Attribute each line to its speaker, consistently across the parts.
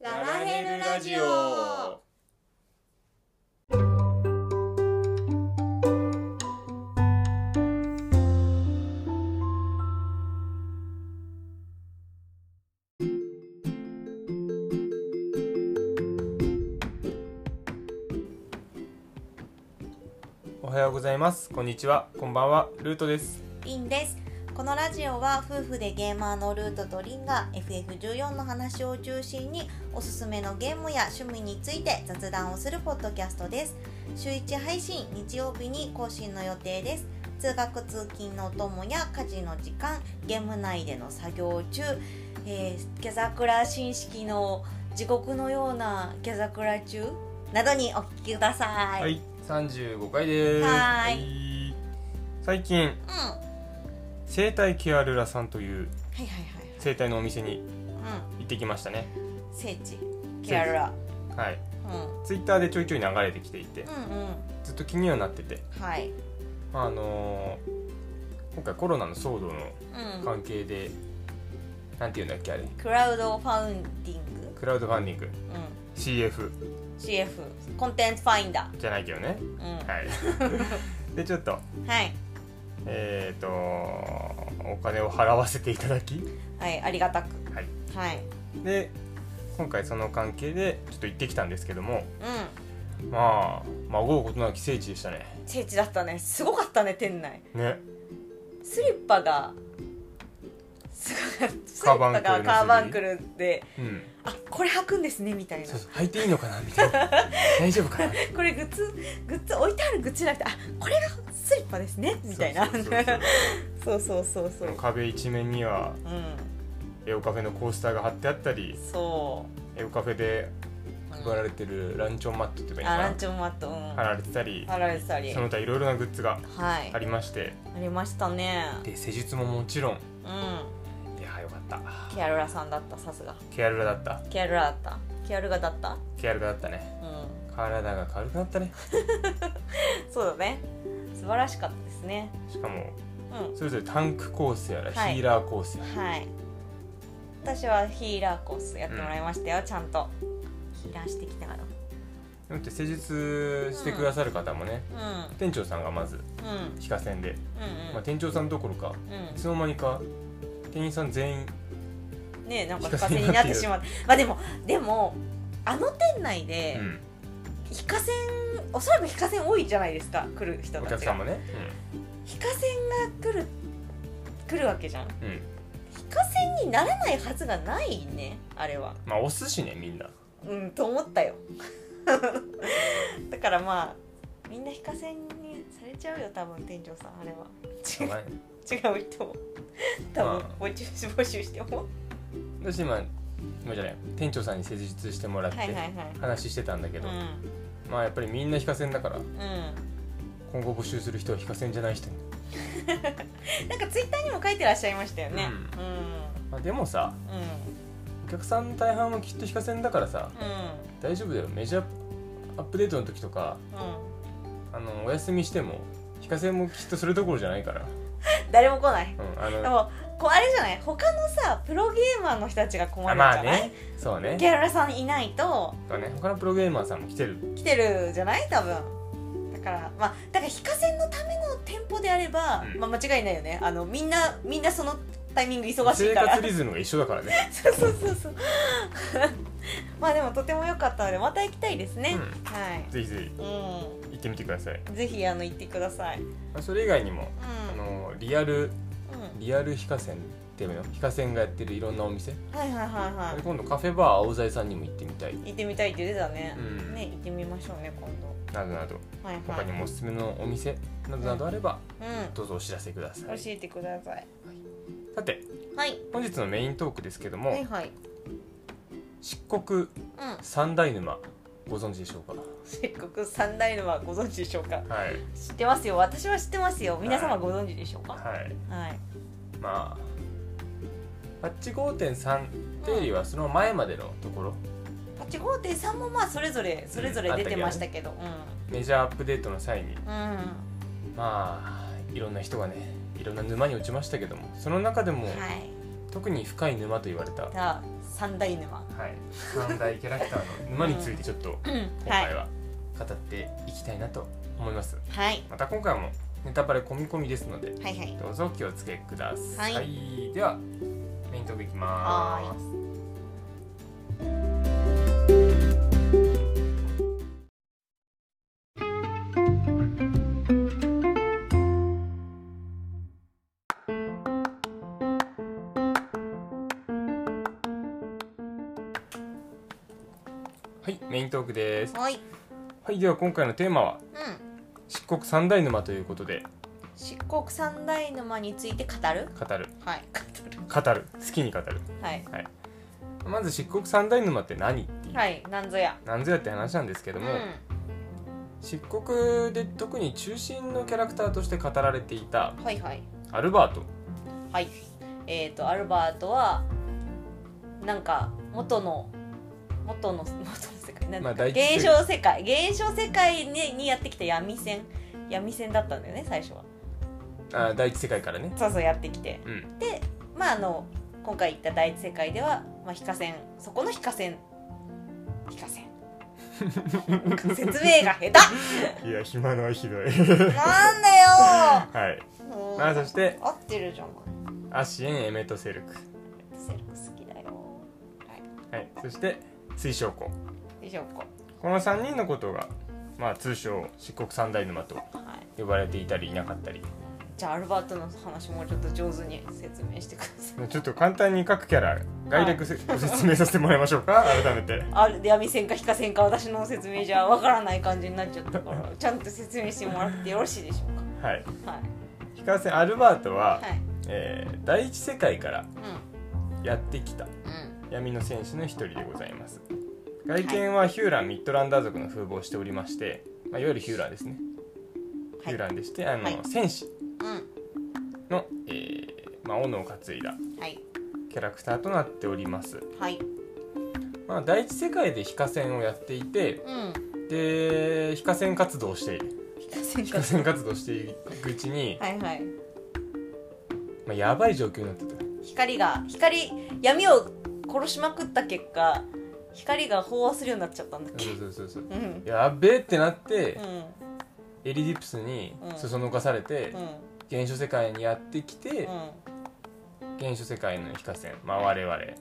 Speaker 1: ネルラジオ
Speaker 2: おはようございますこんにちはこんばんはルートです
Speaker 1: リンですこのラジオは夫婦でゲーマーのルートとリンが FF14 の話を中心におすすめのゲームや趣味について雑談をするポッドキャストです週1配信日曜日に更新の予定です通学通勤のお供や家事の時間ゲーム内での作業中、えー、毛桜新式の地獄のような毛桜中などにお聞きください、
Speaker 2: はい35回です
Speaker 1: はーい
Speaker 2: い最近
Speaker 1: うんはい
Speaker 2: 生態ケアルラさんという
Speaker 1: はいは
Speaker 2: 生態のお店に
Speaker 1: いはいうん
Speaker 2: 行ってきましたね
Speaker 1: 聖地ケアラ、
Speaker 2: はい
Speaker 1: うん、
Speaker 2: ツイッターでちょいちょい流れてきていて
Speaker 1: うんうん
Speaker 2: ずっと気にはなってて
Speaker 1: はい
Speaker 2: あのー今回コロナの騒動の
Speaker 1: うん
Speaker 2: 関係でなんて言うんだっけあれ
Speaker 1: クラウドファウンディング、
Speaker 2: クラウドファンディング
Speaker 1: う
Speaker 2: CF
Speaker 1: ん、CF コンテンツファインダ
Speaker 2: じゃないけどね
Speaker 1: ー、うん
Speaker 2: はいでちょっと
Speaker 1: はい
Speaker 2: えっ、とお金を払わせていただき
Speaker 1: はいありがたく
Speaker 2: はい
Speaker 1: はい
Speaker 2: で今回その関係でちょっと行ってきたんですけども
Speaker 1: うん
Speaker 2: まあ孫うことなき聖地でしたね
Speaker 1: 聖地だったねすごかったね店内
Speaker 2: ね
Speaker 1: スリッパがすごかったスリ
Speaker 2: カ
Speaker 1: ッ
Speaker 2: ーバンク
Speaker 1: パ
Speaker 2: ルの
Speaker 1: がカーバンクルで
Speaker 2: うん
Speaker 1: あこれ履くんですねみたいな
Speaker 2: そうそう履いていいのかなみた いな大丈夫かな
Speaker 1: これグッズグッズ置いてあるグッズじゃなくてあこれがスリッパですねみたいな
Speaker 2: そうそう
Speaker 1: そう
Speaker 2: そう
Speaker 1: そうそうそ
Speaker 2: そうの壁一面には
Speaker 1: うん
Speaker 2: エオカフェのコースターが貼ってあったり
Speaker 1: そ
Speaker 2: エオカフェで
Speaker 1: う
Speaker 2: 配られてるランチョンマットって言えば
Speaker 1: あ
Speaker 2: いい
Speaker 1: ラ
Speaker 2: の
Speaker 1: ン
Speaker 2: か
Speaker 1: チョンマットうん
Speaker 2: な貼られてたり
Speaker 1: あられたり
Speaker 2: その他いろいろなグッズが
Speaker 1: はい
Speaker 2: ありまして
Speaker 1: ありましたね
Speaker 2: で施術ももちろん
Speaker 1: うん
Speaker 2: いやーよかった
Speaker 1: ケアルラさんだったさすが
Speaker 2: ケアルラだった
Speaker 1: ケアルラだったケアルガだった
Speaker 2: ケアルラだったね
Speaker 1: うん
Speaker 2: 体が軽くなったね
Speaker 1: そうだね素晴らしかったですね
Speaker 2: しかも
Speaker 1: うん
Speaker 2: それぞれタンクコースやら
Speaker 1: はい
Speaker 2: ヒーラーコースやら、
Speaker 1: はい私はヒーラーコースやってもらいましたよ、ちゃんとヒーラーしてきたから
Speaker 2: だって施術してくださる方もね、
Speaker 1: うんうん
Speaker 2: 店長さんがま
Speaker 1: う
Speaker 2: ず
Speaker 1: ん
Speaker 2: 非加線で、
Speaker 1: うん
Speaker 2: まあ、店長さんどころかいつの間にか店員さん全員
Speaker 1: うんねえなんか非課線になってしまってまあでもでもあの店内で
Speaker 2: うん
Speaker 1: 非課線おそらく非課線多いじゃないですか来る人
Speaker 2: お
Speaker 1: た
Speaker 2: 客
Speaker 1: ち
Speaker 2: さ
Speaker 1: が
Speaker 2: んもね、
Speaker 1: 非課線が来る来るわけじゃん
Speaker 2: うんうん
Speaker 1: 非課線にならないはずがないねあれは
Speaker 2: まあお寿司ねみんな
Speaker 1: うんと思ったよ だからまあみんな非課線にされちゃうよ多分店長さんあれは
Speaker 2: しょうがない
Speaker 1: 違う違う人も多分募集募集しても
Speaker 2: 私今今じゃない店長さんに施術してもらって、
Speaker 1: はいはいはい
Speaker 2: 話してたんだけ
Speaker 1: う
Speaker 2: ど、
Speaker 1: ん
Speaker 2: まあやっぱりみんな非加線だから
Speaker 1: う
Speaker 2: 今後募集する人は非加線じゃない人に、
Speaker 1: んなんかツイッターにも書いてらっしゃいましたよね
Speaker 2: う
Speaker 1: うん
Speaker 2: まあ、でもさ
Speaker 1: うん
Speaker 2: お客さんの大半はきっと非加線だからさ
Speaker 1: う
Speaker 2: 大丈夫だよメジャーアップデートの時とか
Speaker 1: んうん
Speaker 2: あのお休みしても非課線もきっとそれどころじゃないから、
Speaker 1: 誰も来ない
Speaker 2: うん、あ
Speaker 1: で
Speaker 2: の
Speaker 1: もこうあれじゃない他のさプロゲーマーの人たちが困
Speaker 2: あ
Speaker 1: るんじゃ
Speaker 2: ま
Speaker 1: な
Speaker 2: あ
Speaker 1: い、
Speaker 2: ねそうね
Speaker 1: ギャラさんいないと
Speaker 2: そうね他のプロゲーマーさんも来てる
Speaker 1: 来てるじゃない多分だからまあだから非課線のための店舗であれば、
Speaker 2: うん
Speaker 1: まあ、間違いないよねあのみんなみんなそのタイミング忙しい
Speaker 2: 生
Speaker 1: から
Speaker 2: 活リズムが一緒だからね
Speaker 1: そうそうそうそう まあでもとても良かったのでまた行きたいですね、
Speaker 2: う
Speaker 1: はい
Speaker 2: ぜひぜ
Speaker 1: う
Speaker 2: ひ行ってみてください
Speaker 1: んぜひあの行ってくださいうん
Speaker 2: まあそれ以外にもあのリアル
Speaker 1: う
Speaker 2: リアル非課線っていうの非課線がやってるいろんなお店で
Speaker 1: んはいはいはいは
Speaker 2: 今度カフェバー青材さんにも行ってみたい
Speaker 1: い行ってみたいって言ってたね、
Speaker 2: うん
Speaker 1: ね行ってみましょうね今度
Speaker 2: などなど
Speaker 1: はいは
Speaker 2: 他
Speaker 1: い
Speaker 2: にもおすすめのお店などなどあれば
Speaker 1: う
Speaker 2: どうぞお知らせくださ
Speaker 1: ん
Speaker 2: い
Speaker 1: 教えてください
Speaker 2: さて
Speaker 1: はい
Speaker 2: 本日のメイントークですけど
Speaker 1: はい
Speaker 2: も
Speaker 1: はい
Speaker 2: 漆黒
Speaker 1: うん
Speaker 2: 三大沼ご存知でしょうか
Speaker 1: 漆黒三大沼ご存知でしょうか
Speaker 2: はい
Speaker 1: 知ってますよ私は知ってますよ皆様ご存知でしょうか
Speaker 2: はい
Speaker 1: はい
Speaker 2: まあパッチ5.3っていうよりはその前までのところ
Speaker 1: パチ5点3もまあそれぞれそれぞれ出てましたけど
Speaker 2: メジャーアップデートの際に
Speaker 1: うんうんは
Speaker 2: まあいろんな人がねいろんな沼に落ちましたけどもその中でも
Speaker 1: い
Speaker 2: 特に深い沼と言われた、はい、
Speaker 1: が三大沼
Speaker 2: 三大キャラクターの 沼についてちょっと今
Speaker 1: は
Speaker 2: 回
Speaker 1: い
Speaker 2: は語っていきたいなと思います、
Speaker 1: はい
Speaker 2: また今回もネタバレ込み込みですので
Speaker 1: はいはい
Speaker 2: どうぞお気をつけください、
Speaker 1: は
Speaker 2: ではメイントークいきま
Speaker 1: は
Speaker 2: すはいメイントークです
Speaker 1: はい
Speaker 2: はいでは今回のテーマは
Speaker 1: うん
Speaker 2: 漆黒三大沼ということで
Speaker 1: 漆黒三大沼について語る
Speaker 2: 語る
Speaker 1: はい
Speaker 2: 語る好きに語る
Speaker 1: はい
Speaker 2: まず漆黒三大沼って何っていう、
Speaker 1: はいなんぞや
Speaker 2: なんぞやって話なんですけど
Speaker 1: うん
Speaker 2: も、漆黒で特に中心のキャラクターとして語られていた
Speaker 1: はいはい
Speaker 2: アルバート
Speaker 1: はいえっ、ー、とアルバートはなんか元の元の元 の世界なん
Speaker 2: ま
Speaker 1: か
Speaker 2: あ第一世
Speaker 1: 現象世界現象世界ににやってきた闇戦闇戦だったんだよね最初は
Speaker 2: あ第一世界からね
Speaker 1: そうそうやってきて
Speaker 2: うん
Speaker 1: まああの今回行った第一世界では、まあ、ヒカセンそこのヒカセンヒカセン説明が下手
Speaker 2: いや暇 のはひどい
Speaker 1: なん だ
Speaker 2: はい、
Speaker 1: よ
Speaker 2: まあ、そして
Speaker 1: 合ってるじゃん
Speaker 2: アシエンエメトセルク
Speaker 1: セルク好きだよは
Speaker 2: はいそして水晶湖
Speaker 1: いでしょうか
Speaker 2: この3人のことが、まあ、通称漆黒三大沼と
Speaker 1: はい
Speaker 2: 呼ばれていたりいなかったり
Speaker 1: じゃあアルバートの話もちょっと上手に説明してください
Speaker 2: ちょっと簡単に各キャラ概略せ、ご説明させてもらいましょうか改めて
Speaker 1: ある闇線かヒカ線か私の説明じゃわからない感じになっちゃったからちゃんと説明してもらってよろしいでしょう
Speaker 2: はい
Speaker 1: かはい
Speaker 2: ヒカル戦アルバート
Speaker 1: は
Speaker 2: は、
Speaker 1: い
Speaker 2: えー第一世界からやってきた
Speaker 1: うんうん
Speaker 2: 闇の戦士の一人でございます外見はヒューランミッドランダー族の風貌をしておりまして、まあ、いわゆるヒューランですね、
Speaker 1: はい
Speaker 2: ヒューランでしてあの、
Speaker 1: はい
Speaker 2: 戦士
Speaker 1: う
Speaker 2: の、えーまあ、斧を担いだ
Speaker 1: んはい
Speaker 2: キャラクターとなっております、
Speaker 1: はい
Speaker 2: まあ、第一世界でヒカ戦をやっていて
Speaker 1: うん
Speaker 2: でヒカ戦活動をしている
Speaker 1: ヒ
Speaker 2: ヒカ戦活動していくうちに、
Speaker 1: はいはい
Speaker 2: まあ、やばい状況になってた
Speaker 1: 光が光闇を殺しまくった結果光が飽和するようになっちゃったんだっけ
Speaker 2: そうそうそうそう
Speaker 1: うんうん
Speaker 2: やっべえってなって、
Speaker 1: うん
Speaker 2: エリディプスに
Speaker 1: うん
Speaker 2: そそのかされて、原初世界にやってきて、
Speaker 1: うん
Speaker 2: 原初世界のヒカセン、まあ、我々
Speaker 1: はい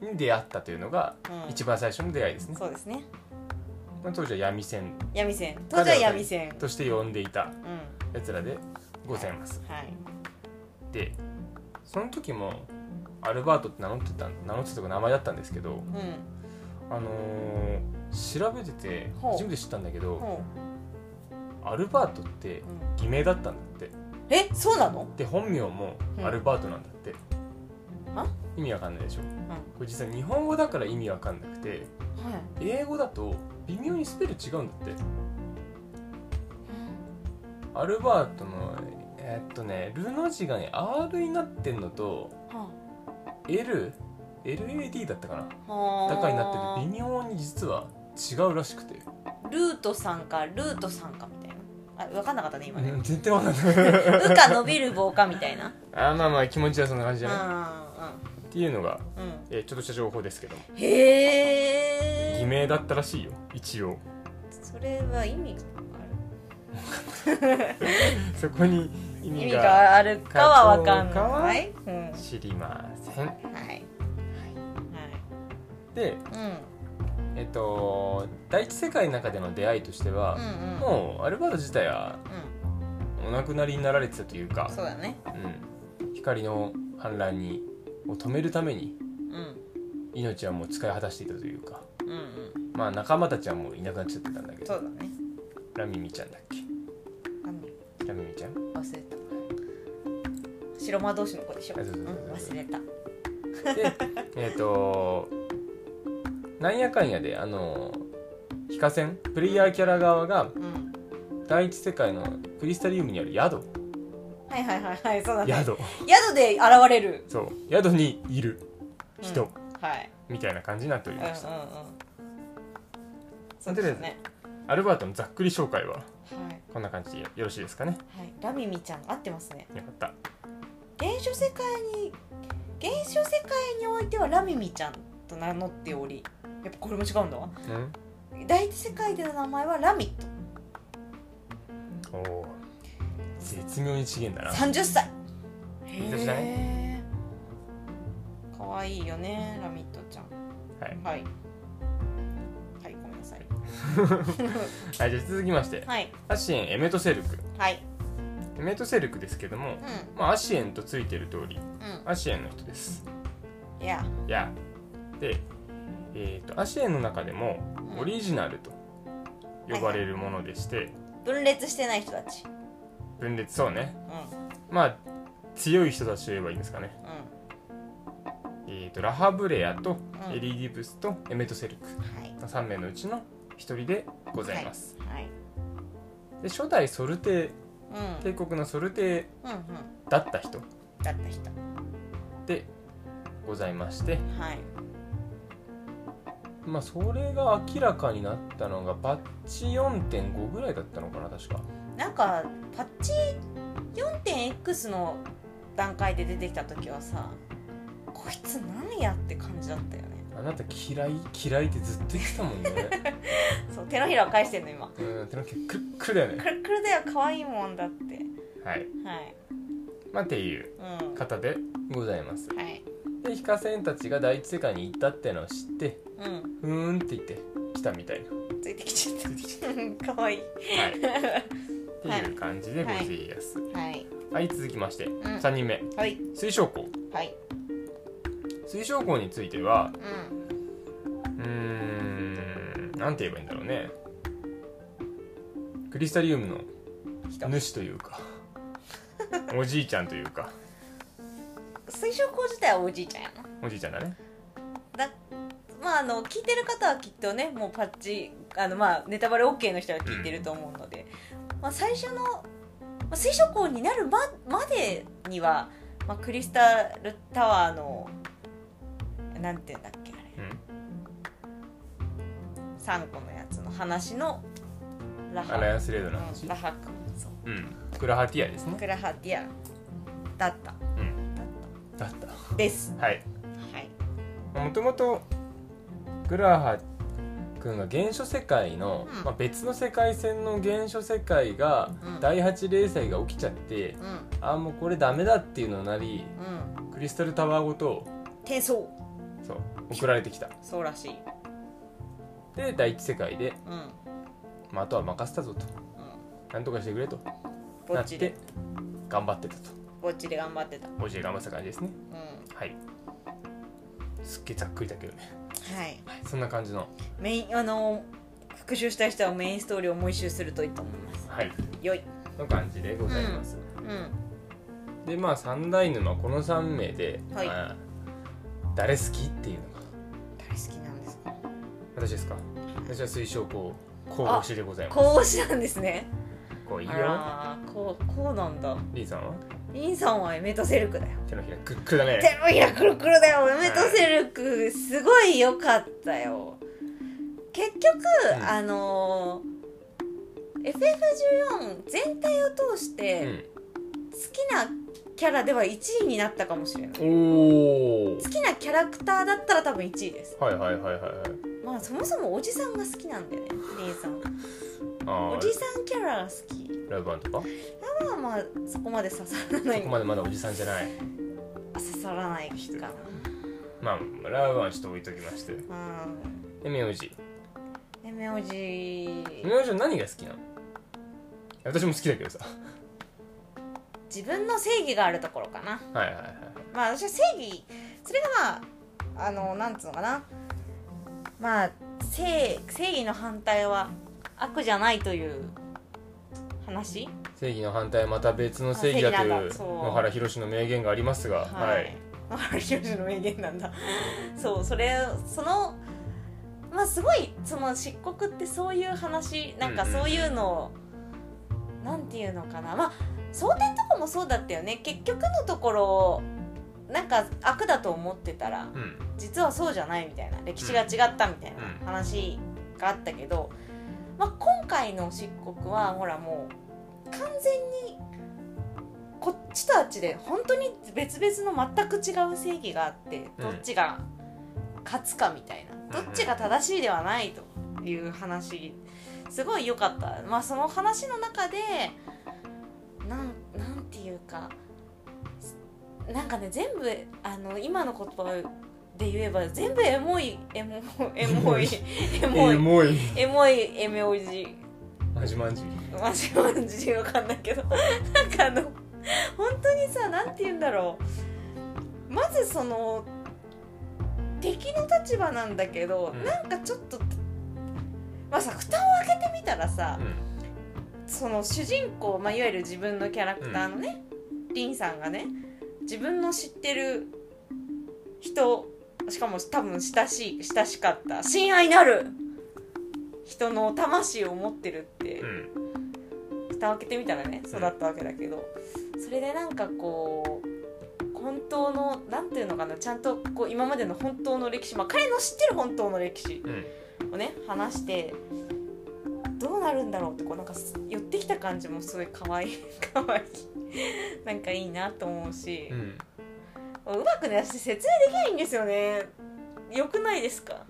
Speaker 2: に出会ったというのが
Speaker 1: うん
Speaker 2: 一番最初の出会いですね、
Speaker 1: そうですね
Speaker 2: まあ、当時は闇戦
Speaker 1: 闇線当時は闇線
Speaker 2: として呼んでいた
Speaker 1: うん
Speaker 2: やつらでございます
Speaker 1: はい
Speaker 2: でその時もアルバートって名乗ってた名乗ってたとか名前だったんですけ
Speaker 1: う
Speaker 2: ど
Speaker 1: ん
Speaker 2: あのー調べてて
Speaker 1: ほう
Speaker 2: 初めて知ったんだけど
Speaker 1: ほ
Speaker 2: アルバートって
Speaker 1: ううん
Speaker 2: 偽名だったんだって
Speaker 1: えそうなの
Speaker 2: で本名も
Speaker 1: うん
Speaker 2: アルバートなんだって、
Speaker 1: あ
Speaker 2: 意味わかんないでしょ
Speaker 1: うんは
Speaker 2: これ実は日本語だから意味わかんなくて英語だと微妙にスペル違うんだってアルバートのえーっとねルの字がね R になってんのと
Speaker 1: いは
Speaker 2: LLAD だったかな
Speaker 1: あはあ
Speaker 2: だからになってて微妙に実は違うらしくて、
Speaker 1: ルートさんかルートさんかみたいなあ分かんなかったね今ね
Speaker 2: うん全然わかんない
Speaker 1: うか伸びる棒かみたいな
Speaker 2: あーまあまあ気持ちはそんな感じじゃないっていうのが、
Speaker 1: うんうんうん
Speaker 2: えーちょっとした情報ですけども
Speaker 1: へえ
Speaker 2: 偽名だったらしいよ一応
Speaker 1: それは意味が
Speaker 2: そこに
Speaker 1: あ
Speaker 2: 意
Speaker 1: る意
Speaker 2: 味
Speaker 1: 味
Speaker 2: が
Speaker 1: があるかは分かん
Speaker 2: かどうかは
Speaker 1: ない、うん、はい
Speaker 2: 知りません
Speaker 1: はい
Speaker 2: で
Speaker 1: うん
Speaker 2: えっと第一世界の中での出会いとしては
Speaker 1: う、んうん
Speaker 2: もうアルバート自体は
Speaker 1: うん
Speaker 2: お亡くなりになられてたというか
Speaker 1: そうだね
Speaker 2: うん、光の反乱にを止めるために
Speaker 1: うん
Speaker 2: 命はもう使い果たしていたというか
Speaker 1: うんうん
Speaker 2: まあ仲間たちはもういなくなっちゃってたんだけ
Speaker 1: そ
Speaker 2: ど
Speaker 1: うだね
Speaker 2: ラミミちゃんだっけ
Speaker 1: あの
Speaker 2: ラミミちゃん
Speaker 1: 忘れた白魔同士の子でしょ、う
Speaker 2: あ
Speaker 1: ん
Speaker 2: そうそうそうそ
Speaker 1: 忘
Speaker 2: う、
Speaker 1: れた
Speaker 2: でえっとなんやかんやであのヒカセンプレイヤーキャラ側が
Speaker 1: うん
Speaker 2: 第一世界のクリスタリウムにある宿
Speaker 1: はいはいはいはいそうだね
Speaker 2: 宿
Speaker 1: 宿で現れる
Speaker 2: そう宿にいる人、
Speaker 1: うんはい
Speaker 2: みたいな感じになってお
Speaker 1: う
Speaker 2: り
Speaker 1: んうんう
Speaker 2: ま
Speaker 1: ん
Speaker 2: した、
Speaker 1: そうですね
Speaker 2: アルバートのざっくり紹介は
Speaker 1: はい
Speaker 2: こんな感じでよろしいですかね
Speaker 1: はいラミミちゃん合ってますね
Speaker 2: よかった
Speaker 1: 原初世界に原初世界においてはラミミちゃんと名乗っておりやっぱこれも違うんだわ
Speaker 2: うん
Speaker 1: 第一世界での名前はラミット
Speaker 2: おお絶妙に違えんだな
Speaker 1: 30歳
Speaker 2: いい年だ
Speaker 1: へえかわいいよねラミットちゃん
Speaker 2: はい、
Speaker 1: はいはいごめんなさい
Speaker 2: はい、じゃあ続きまして
Speaker 1: はい
Speaker 2: アシエンエメトセルク
Speaker 1: はい
Speaker 2: エメトセルクですけども、
Speaker 1: う
Speaker 2: まあ、アシエンとついてる通り
Speaker 1: んう
Speaker 2: アシエンの人です
Speaker 1: んいや
Speaker 2: いやでえっ、とアシエンの中でも
Speaker 1: うん
Speaker 2: オリジナルと呼ばれるものでして
Speaker 1: 分裂してない人たち
Speaker 2: 分裂そうね
Speaker 1: うんうん
Speaker 2: まあ強い人たちと言えばいいんですかねえっ、とラハブレアと
Speaker 1: うん
Speaker 2: エリディブスとエメトセルク
Speaker 1: はい
Speaker 2: の3名のうちの1人でございます、
Speaker 1: はい
Speaker 2: で初代ソルテ
Speaker 1: うん
Speaker 2: 帝国のソルテ
Speaker 1: うんうん
Speaker 2: だった人
Speaker 1: だった人
Speaker 2: でございまして
Speaker 1: はい
Speaker 2: まあそれが明らかになったのがパッチ4.5ぐらいだったのかな確か
Speaker 1: なんかパッチ 4.x の段階で出てきた時はさこいつ何やって感じだったよね
Speaker 2: あなた嫌い嫌いってずっと言ってたもん ね
Speaker 1: そう手のひらを返してんの今
Speaker 2: うん手の毛くるっくるだよ
Speaker 1: く
Speaker 2: ね
Speaker 1: るくるだよ可愛いもんだって
Speaker 2: はい
Speaker 1: はい
Speaker 2: まあっていう
Speaker 1: うんは
Speaker 2: 方でございます
Speaker 1: い
Speaker 2: でヒカセンたちが第一世界に行ったってのを知って
Speaker 1: うん
Speaker 2: ふーんって言って来たみたいな
Speaker 1: ついてきちゃった可愛い
Speaker 2: はいっていう感じでございます
Speaker 1: はい
Speaker 2: はい、続きまして
Speaker 1: ん
Speaker 2: 3人目
Speaker 1: はい
Speaker 2: 水晶校
Speaker 1: はい
Speaker 2: 水晶校については
Speaker 1: うん
Speaker 2: うーんなんて言えばいいんだろうねクリスタリウム
Speaker 1: 人
Speaker 2: の主とい うかおじいちゃんというか
Speaker 1: 水晶校自体はおじいちゃんやな
Speaker 2: おじいちゃんだね
Speaker 1: だまああの聞いてる方はきっとねもうパッチあのまあネタバレ OK の人は聞いてると思うので、まあ、最初の、まあ、水晶校になるままでには、まあ、クリスタルタワーのなんていうんだっけあれ
Speaker 2: うん
Speaker 1: 3個のやつの話のラハ
Speaker 2: アライアンスレードの
Speaker 1: う
Speaker 2: 話
Speaker 1: んラハクそう
Speaker 2: うんクラハティアですね
Speaker 1: クラハティアだった
Speaker 2: うん
Speaker 1: だっ
Speaker 2: だった
Speaker 1: たです
Speaker 2: はい
Speaker 1: はい
Speaker 2: もともとグラハ君が原初世界の、
Speaker 1: うん
Speaker 2: まあ、別の世界線の原初世界が、
Speaker 1: うん
Speaker 2: 第8零祭が起きちゃって
Speaker 1: うん
Speaker 2: ああもうこれダメだっていうのになり
Speaker 1: うん
Speaker 2: クリスタルタワーごと
Speaker 1: 転送
Speaker 2: そう送られてきた
Speaker 1: そうらしい
Speaker 2: で第一世界で、
Speaker 1: うんうん
Speaker 2: まあ、あとは任せたぞとなんとかしてくれと
Speaker 1: ぼ
Speaker 2: な
Speaker 1: っ
Speaker 2: っ
Speaker 1: ち
Speaker 2: て
Speaker 1: で
Speaker 2: 頑張ってたと
Speaker 1: ぼっちで頑張ってた
Speaker 2: おじい頑張ってた感じですね
Speaker 1: うん
Speaker 2: はいすっげえざっくりだけどね、
Speaker 1: はい
Speaker 2: はい、そんな感じの
Speaker 1: メインあの復習したい人はメインストーリーをもう一周するといいと思います
Speaker 2: はい
Speaker 1: よい
Speaker 2: の感じでございます、
Speaker 1: うん
Speaker 2: でまあ三大沼この3名で、
Speaker 1: はい
Speaker 2: まあ誰好きっていうのが
Speaker 1: 大好きなんですか
Speaker 2: 私ですか私は推奨こう候補でございます
Speaker 1: こうしなんですね
Speaker 2: こういいよ
Speaker 1: あらこうこうなんだ
Speaker 2: リーさんは
Speaker 1: インさんはエメトセルクだよ
Speaker 2: 手のひらくっくだね
Speaker 1: 手のひらくるくるだよエメトセルクすごい良かったよ結局、
Speaker 2: うん
Speaker 1: あのー FF14 全体を通して好きなキャラでは1位になったかもしれない
Speaker 2: うんおお
Speaker 1: 好きなキャラクターだったら多分1位です
Speaker 2: はいはいはいはいはい
Speaker 1: まあそもそもおじさんが好きなんだよねリンさん
Speaker 2: あ
Speaker 1: おじさんキャラが好き
Speaker 2: あライブ版とか
Speaker 1: まあまあそこまで刺さらな
Speaker 2: そ
Speaker 1: い
Speaker 2: こまでまだおじさんじゃない
Speaker 1: 刺さらないか
Speaker 2: まあライブ版はちょっと置いときまして
Speaker 1: な
Speaker 2: で名字
Speaker 1: うんエメおじ
Speaker 2: 名字は何が好きなの私も好きだけどさ
Speaker 1: 自分の正義があるところかな
Speaker 2: はいはいはい
Speaker 1: まあ私は正義それがまああのなんつうのかなまあ正正義の反対は悪じゃないという話
Speaker 2: 正義の反対はまた別の正義だとい
Speaker 1: あ正義なん
Speaker 2: う
Speaker 1: だそう
Speaker 2: 野原宏の名言がありますがはい、
Speaker 1: 野原宏の名言なんだ そうそれそのまあすごいその漆黒ってそういう話なんか
Speaker 2: うんうん
Speaker 1: そういうのを、なんていうのかなまあ蒼天とかもそうだったよね結局のところなんか悪だと思ってたら
Speaker 2: うん
Speaker 1: 実はそうじゃないみたいな歴史が違ったみたいな話があったけど、まあ、今回の漆黒はほらもう完全にこっちとあっちで本当に別々の全く違う正義があって
Speaker 2: う
Speaker 1: ど
Speaker 2: ん
Speaker 1: っちが勝つかみたいな、
Speaker 2: うん
Speaker 1: どっちが正しいではないという話すごい良かった、まあ、その話の中でなんなんていうかなんかね全部あの今の言葉で言えば全部エモいエモエモいエモ
Speaker 2: エ
Speaker 1: い
Speaker 2: モい
Speaker 1: エモいエメおじ
Speaker 2: マジマジ
Speaker 1: マジマジわかんないけどなんかあの本当にさなんて言うんだろうまずその敵の立場なんだけど、
Speaker 2: うん
Speaker 1: なんかちょっとまあさ蓋を開けてみたらさ、
Speaker 2: うん
Speaker 1: その主人公、まあ、いわゆる自分のキャラクターのね、リンさんがね自分の知ってる人しかも多分親しい親しかった親愛なる人の魂を持ってるって、
Speaker 2: うん
Speaker 1: 蓋を開けてみたらね育ったわけだけど、それでなんかこう本当のなんていうのかなちゃんとこう今までの本当の歴史、まあ、彼の知ってる本当の歴史
Speaker 2: うん
Speaker 1: をね話してどうなるんだろうってこうなんかす寄ってきた感じもすごい可愛い 可愛いなんかいいなと思うし
Speaker 2: う、ん
Speaker 1: うまくね私説明できないんですよねよくないですか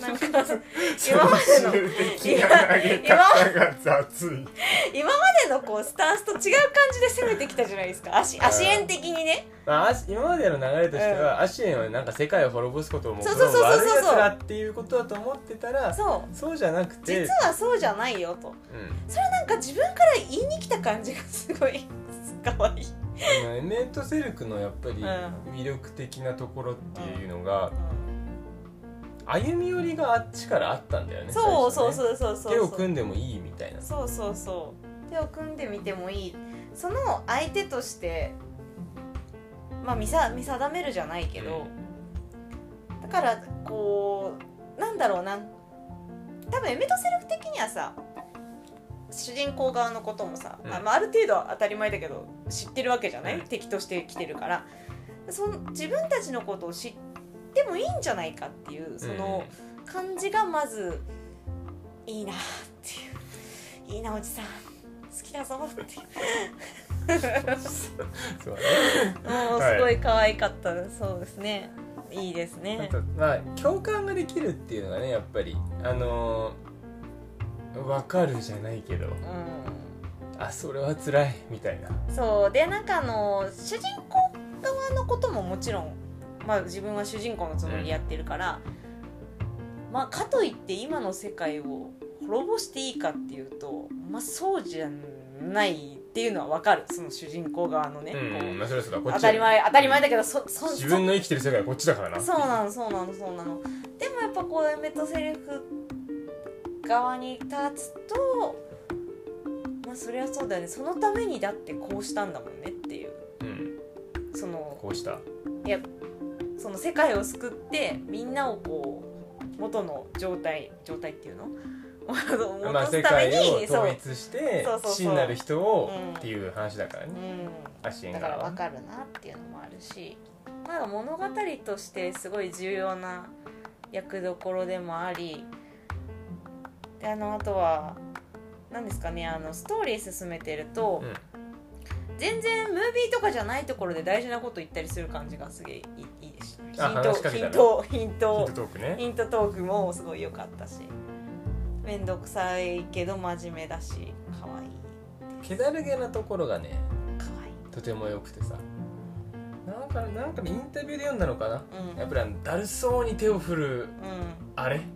Speaker 1: なんか 今までの
Speaker 2: 最終的な投げ方が雑い
Speaker 1: 今までのこうスタンスと違う感じで攻めてきたじゃないですか足足縁的にね
Speaker 2: まあ、アシ今までの流れとしては、アシエンはなんか世界を滅ぼすことをも
Speaker 1: そううそ
Speaker 2: この
Speaker 1: うそうそう
Speaker 2: 悪いやつらっていうことだと思ってたら
Speaker 1: そう
Speaker 2: そうじゃなくて
Speaker 1: 実はそうじゃないよと
Speaker 2: う
Speaker 1: なんか自分から言いに来た感じがすごい 可愛い、
Speaker 2: ん、エメントセルクのやっぱり
Speaker 1: ん
Speaker 2: 魅力的なところっていうのが歩み寄りがあっちからあったんだよね
Speaker 1: そう
Speaker 2: 最
Speaker 1: そう
Speaker 2: 初
Speaker 1: そう
Speaker 2: ね
Speaker 1: そうそう
Speaker 2: 手を組んでもいいみたいな
Speaker 1: そうそうそう手を組んでみてもいいその相手としてまあ見さ見定めるじゃないけど、だからこうなんだろうな多分エメトセルフ的にはさ主人公側のこともさ、
Speaker 2: うん
Speaker 1: あまあ、ある程度は当たり前だけど知ってるわけじゃない、
Speaker 2: うん
Speaker 1: 敵として来てるからその自分たちのことを知ってもいいんじゃないかっていうその、感じがまずいいなっていういいなおじさん好きだぞっていう
Speaker 2: うんそうね
Speaker 1: もう
Speaker 2: はい
Speaker 1: すごい可愛かった、そうですねいいです
Speaker 2: あ
Speaker 1: ね
Speaker 2: とまあ共感ができるっていうのがねやっぱりあのーわかるじゃないけど
Speaker 1: う
Speaker 2: あそれは辛いみたいなん
Speaker 1: そうでなんかあの主人公側のことももちろんまあ自分は主人公のつもりでやってるから、まあかといって今の世界を滅ぼしていいかっていうとまあそうじゃないっていうのはわかるその主人公側のね、こう
Speaker 2: まあそれはそうだこ
Speaker 1: 当たり前当たり前だけどそそ
Speaker 2: 自分の生きてる世界はこっちだからな
Speaker 1: そそうなのそうなのそうなのでもやっぱこうエメトセルフ側に立つとまあそりゃそうだよねそのためにだってこうしたんだもんねっていう
Speaker 2: うん、
Speaker 1: その
Speaker 2: こうした
Speaker 1: その世界を救ってみんなをこう元の状態状態っていうの
Speaker 2: まあ、
Speaker 1: 戻すた
Speaker 2: 世
Speaker 1: め
Speaker 2: 界を
Speaker 1: にそう
Speaker 2: 統一して
Speaker 1: そうそうそう
Speaker 2: 死になる人を
Speaker 1: うん
Speaker 2: っていう話だからね、
Speaker 1: う
Speaker 2: 足
Speaker 1: ん、
Speaker 2: 縁
Speaker 1: だ
Speaker 2: が
Speaker 1: から分かるなっていうのもあるしなんか物語としてすごい重要な役どころでもありであのあとは何ですかねあのストーリー進めてると、全然ムービーとかじゃないところで大事なこと言ったりする感じがすげえいいいいですヒ
Speaker 2: あ
Speaker 1: ン
Speaker 2: 話しか
Speaker 1: ト
Speaker 2: け
Speaker 1: ヒ
Speaker 2: た
Speaker 1: ン
Speaker 2: ら
Speaker 1: トヒン
Speaker 2: ヒン
Speaker 1: ト
Speaker 2: トトークね
Speaker 1: ヒントトークもすごい良かったし面倒くさいけど真面目だし可愛い
Speaker 2: けだるげなところがね
Speaker 1: 可愛い
Speaker 2: とても良くてさなんかなんかインタビューで読んだのかな
Speaker 1: うん
Speaker 2: やっぱりあのだるそうに手を振る
Speaker 1: う
Speaker 2: あれ
Speaker 1: んうん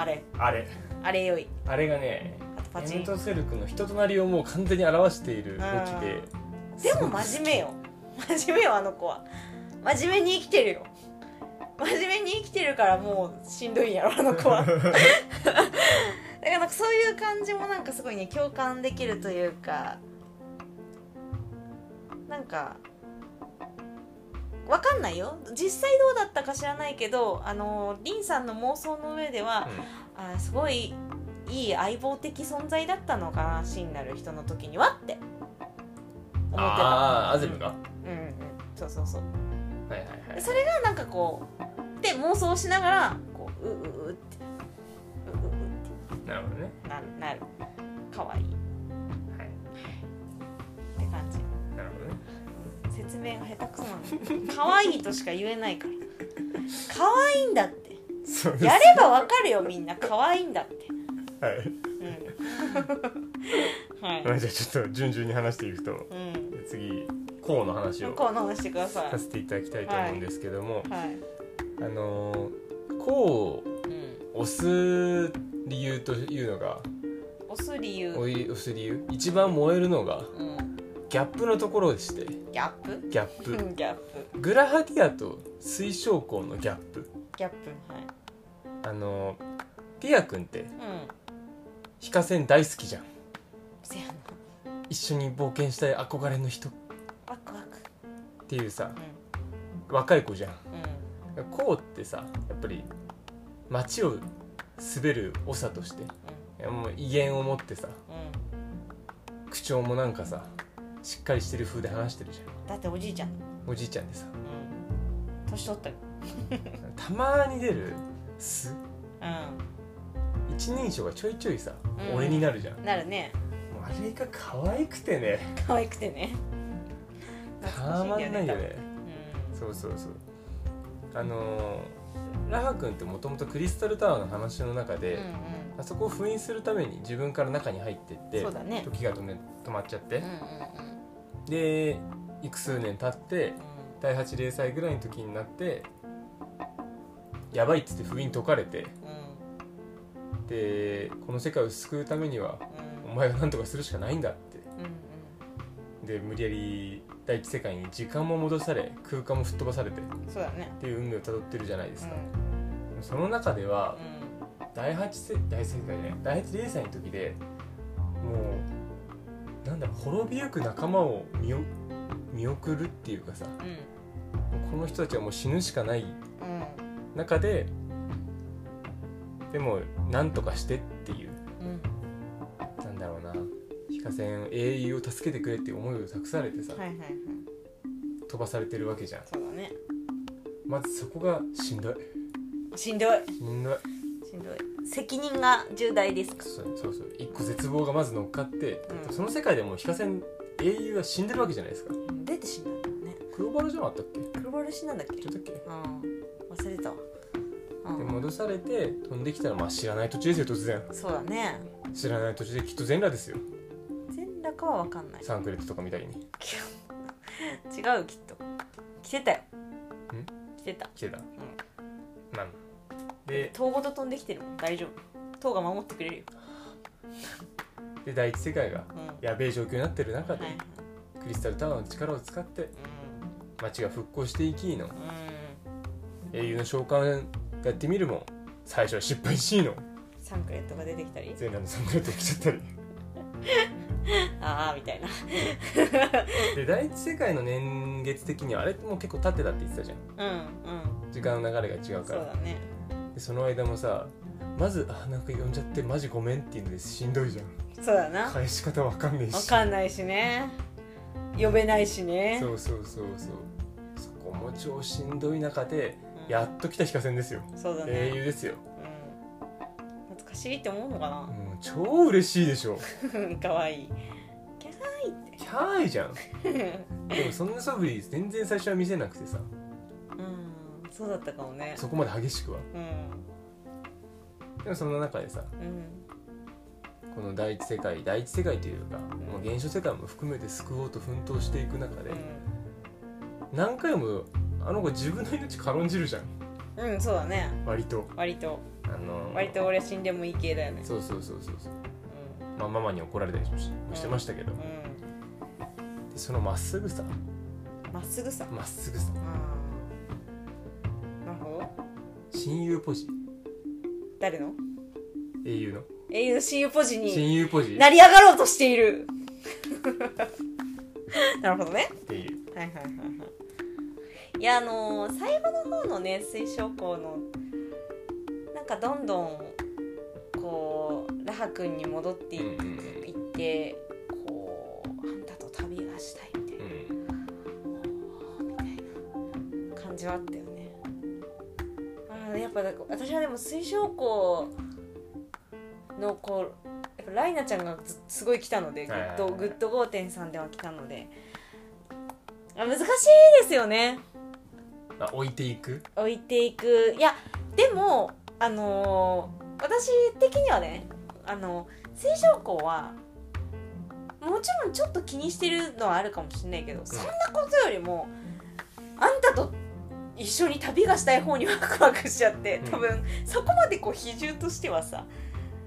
Speaker 1: あれ
Speaker 2: あれ
Speaker 1: あれよい
Speaker 2: あれがね
Speaker 1: あとパ
Speaker 2: エ
Speaker 1: チ
Speaker 2: メ
Speaker 1: ン
Speaker 2: ントセルクの人となりをもう完全に表している動きで
Speaker 1: でも真面目よ真面目よあの子は真面目に生きてるよ真面目に生きてるからもうしんどいんやろあの子はだからなんかそういう感じもなんかすごいね共感できるというかなんかわかんないよ実際どうだったか知らないけどあのリンさんの妄想の上では、あすごいいい相棒的存在だったのかな死になる人の時にはって思ってた
Speaker 2: ああーアゼムが、
Speaker 1: うんうんそうそうそう
Speaker 2: はいはいはい
Speaker 1: それがなんかこうで妄想しながらこうううううってうううっ
Speaker 2: なるほどね
Speaker 1: てななるかわいいっ
Speaker 2: はい
Speaker 1: て感じ
Speaker 2: なるほどね
Speaker 1: 明が下手くそなの可愛いとしか言えない から可愛いんだって
Speaker 2: そうです
Speaker 1: やればわかるよみんな可愛いんだって
Speaker 2: はい、
Speaker 1: う んはい
Speaker 2: まあじゃあちょっと順々に話していくと
Speaker 1: うん
Speaker 2: 次こうの話を
Speaker 1: こうの話してくださ
Speaker 2: させていただきたいと思うんですけども、
Speaker 1: いはい
Speaker 2: あのこう
Speaker 1: うん
Speaker 2: を押す理由というのが
Speaker 1: 押す理由
Speaker 2: おい押す理由一番燃えるのが
Speaker 1: うん
Speaker 2: ギャップのところでして
Speaker 1: ギャップ
Speaker 2: ギャッ
Speaker 1: う
Speaker 2: プ
Speaker 1: んギャップ
Speaker 2: グラハディアと水晶校のギャップ
Speaker 1: ギャップはい
Speaker 2: あのピア君って
Speaker 1: うん
Speaker 2: ヒカセン大好きじゃん
Speaker 1: せやな
Speaker 2: 一緒に冒険したい憧れの人っ
Speaker 1: ワクワク
Speaker 2: ていうさ
Speaker 1: う
Speaker 2: 若い子じゃん
Speaker 1: んう
Speaker 2: こうってさやっぱり街を滑る長としていやもう威厳を持ってさ
Speaker 1: んうん
Speaker 2: 口調もなんかさしっかりしてる風で話してるじ
Speaker 1: うんだっておじいちゃんう
Speaker 2: ゃんおじいちゃんでさ
Speaker 1: ん年取ったよ
Speaker 2: たまに出る素一人称がちょいちょいさ、
Speaker 1: うん
Speaker 2: 俺になるじゃんも
Speaker 1: うんなるね
Speaker 2: うあれが可愛くてね
Speaker 1: 可愛くてね
Speaker 2: たまんないよね
Speaker 1: うん
Speaker 2: そうそうそうあのーラハ君ってもともとクリスタルタワーの話の中で、
Speaker 1: うんうん
Speaker 2: あそこを封印するために自分から中に入ってって
Speaker 1: そうだね
Speaker 2: 時が止め止まっちゃって
Speaker 1: うんう、ん
Speaker 2: で幾数年経って
Speaker 1: う
Speaker 2: 第8零歳ぐらいの時になってやばいっつって封印解かれて
Speaker 1: んうん
Speaker 2: でこの世界を救うためにはお前が何とかするしかないんだって
Speaker 1: うんうん
Speaker 2: で無理やり第一世界に時間も戻され空間も吹っ飛ばされてっ
Speaker 1: うんそうだね
Speaker 2: ていう運命をたどってるじゃないで
Speaker 1: う
Speaker 2: す
Speaker 1: ん
Speaker 2: か、その中では
Speaker 1: うん
Speaker 2: 第8世大世界ね第8零歳の時でもうなんだろう滅びゆく仲間を見お見送るっていうかさも
Speaker 1: うん
Speaker 2: うこの人たちはもう死ぬしかない
Speaker 1: うん
Speaker 2: 中ででもなんとかしてっていう
Speaker 1: うん
Speaker 2: なんだろうなヒカセン英雄を助けてくれっていう思いを託されてさ、
Speaker 1: はいはいはい
Speaker 2: 飛ばされてるわけじゃん
Speaker 1: そうだね
Speaker 2: まずそこがしんどい
Speaker 1: しんどい
Speaker 2: しんどい
Speaker 1: しんどい責任が重大ですか
Speaker 2: そうそうそう一個絶望がまず乗っかって、
Speaker 1: うん
Speaker 2: その世界でもうヒカセン英雄は死んでるわけじゃないですか
Speaker 1: 出て死んだんだよね
Speaker 2: 黒バラじゃなかったっけ
Speaker 1: 黒バル死んだんだっけ
Speaker 2: ちょっとっけ
Speaker 1: うん忘れたわう
Speaker 2: で
Speaker 1: ん
Speaker 2: 戻されて飛んできたらまあ知らない土地ですよ突然
Speaker 1: そうだね
Speaker 2: 知らない土地できっと全裸ですよ
Speaker 1: 全裸かは分かんない
Speaker 2: サンクレットとかみたいに
Speaker 1: 違うきっと着てたよ着てた
Speaker 2: 来てた、なんで
Speaker 1: 塔ごと飛んできてるもん大丈夫塔が守ってくれるよ、
Speaker 2: で第一世界が
Speaker 1: うん、
Speaker 2: やべえ状況になってる中
Speaker 1: はい
Speaker 2: で、
Speaker 1: はい
Speaker 2: クリスタルタワーの力を使って街が復興していきいの
Speaker 1: うん、
Speaker 2: 英雄の召喚やってみるも最初は失敗しいの
Speaker 1: うん、サンクレットが出てきたり
Speaker 2: 全裸のサンクレット来ちゃったり
Speaker 1: ああみたいな
Speaker 2: で第一世界の年月的にはあれもう結構経ってたって言ってたじゃん
Speaker 1: うんうん
Speaker 2: 時間の流れが違う
Speaker 1: そ
Speaker 2: か
Speaker 1: う
Speaker 2: ら
Speaker 1: だね
Speaker 2: でその間もさまずあなんか呼んじゃってマジごめんっていうのでしんどいじゃん
Speaker 1: そうだな
Speaker 2: 返し方わかんねえ
Speaker 1: 分
Speaker 2: し
Speaker 1: かんないしね呼べないしね
Speaker 2: そうそうそうそうそこも超しんどい中で
Speaker 1: うん
Speaker 2: やっと来たヒカセンですよ、
Speaker 1: そうだ
Speaker 2: 英
Speaker 1: ね、
Speaker 2: 雄ですよ
Speaker 1: うん、懐かしいって思うのかな
Speaker 2: もう超嬉しいでしょ
Speaker 1: かわいい
Speaker 2: キャーイじゃんでもそんな素振り全然最初は見せなくてさ
Speaker 1: うんそうだったかもね
Speaker 2: そこまで激しくは
Speaker 1: うん
Speaker 2: でもそんな中でさ
Speaker 1: うん
Speaker 2: この第一世界第一世界というかもう原初世界も含めて救おうと奮闘していく中で何回もあの子自分の命軽んじるじゃん
Speaker 1: うん、うん、そうだね
Speaker 2: 割と
Speaker 1: 割と
Speaker 2: あの
Speaker 1: 割と俺は死んでもいい系だよね
Speaker 2: そうそうそうそうそうまあママに怒られたりもしもしてましたけど
Speaker 1: うん、う
Speaker 2: でそのまっすぐさ
Speaker 1: ん、まっすぐさ
Speaker 2: まっすぐさ
Speaker 1: うんなるほど
Speaker 2: 親友ポジ
Speaker 1: 誰の
Speaker 2: 英雄の
Speaker 1: 英雄の親友ポジに
Speaker 2: 親友ポジっ
Speaker 1: 成り上がろうとしてい るなるほどね
Speaker 2: ていう
Speaker 1: はいはいはいはいいやあのー最後の方のね水晶校のなんかどんどんこうラハ君に戻ってい
Speaker 2: うんうん
Speaker 1: いってこうあんたと旅がしたいみたい
Speaker 2: うん
Speaker 1: なみたいな感じはあったよねあーやっぱだから私はでも水晶校のこうやっぱライナちゃんがずすごい来たのでグ
Speaker 2: はいはい
Speaker 1: ッ
Speaker 2: はい
Speaker 1: ドグッド5.3では来たのであ難しいですよね
Speaker 2: あ置いていく
Speaker 1: 置いていくいやでもあのー私的にはねあの清少校はもちろんちょっと気にしてるのはあるかもしれないけど、そんなことよりもあんたと一緒に旅がしたい方にワクワクしちゃって多分、そこまでこう比重としてはさ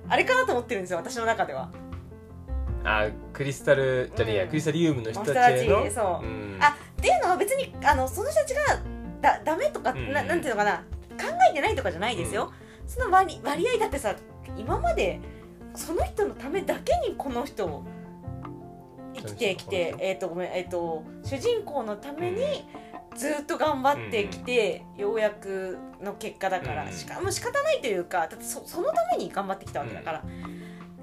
Speaker 1: あれかなと思ってるんですよ私の中では。
Speaker 2: あクリスタルじゃねえや、
Speaker 1: うん
Speaker 2: クリスタリウムの人たちへ
Speaker 1: 人た
Speaker 2: の
Speaker 1: ちそう
Speaker 2: うん
Speaker 1: あっていうのは別にあのその人たちがだダメとか、
Speaker 2: うん
Speaker 1: ななんていうのかな考えてないとかじゃないですよ、その割割合だってさ今までその人のためだけにこの人を生きてきて
Speaker 2: この人
Speaker 1: えっ、とごめんえっ、と主人公のためにずっと頑張ってきて、ようやくの結果だから、
Speaker 2: うん
Speaker 1: しかも仕方ないというかだってそそのために頑張ってきたわけだから、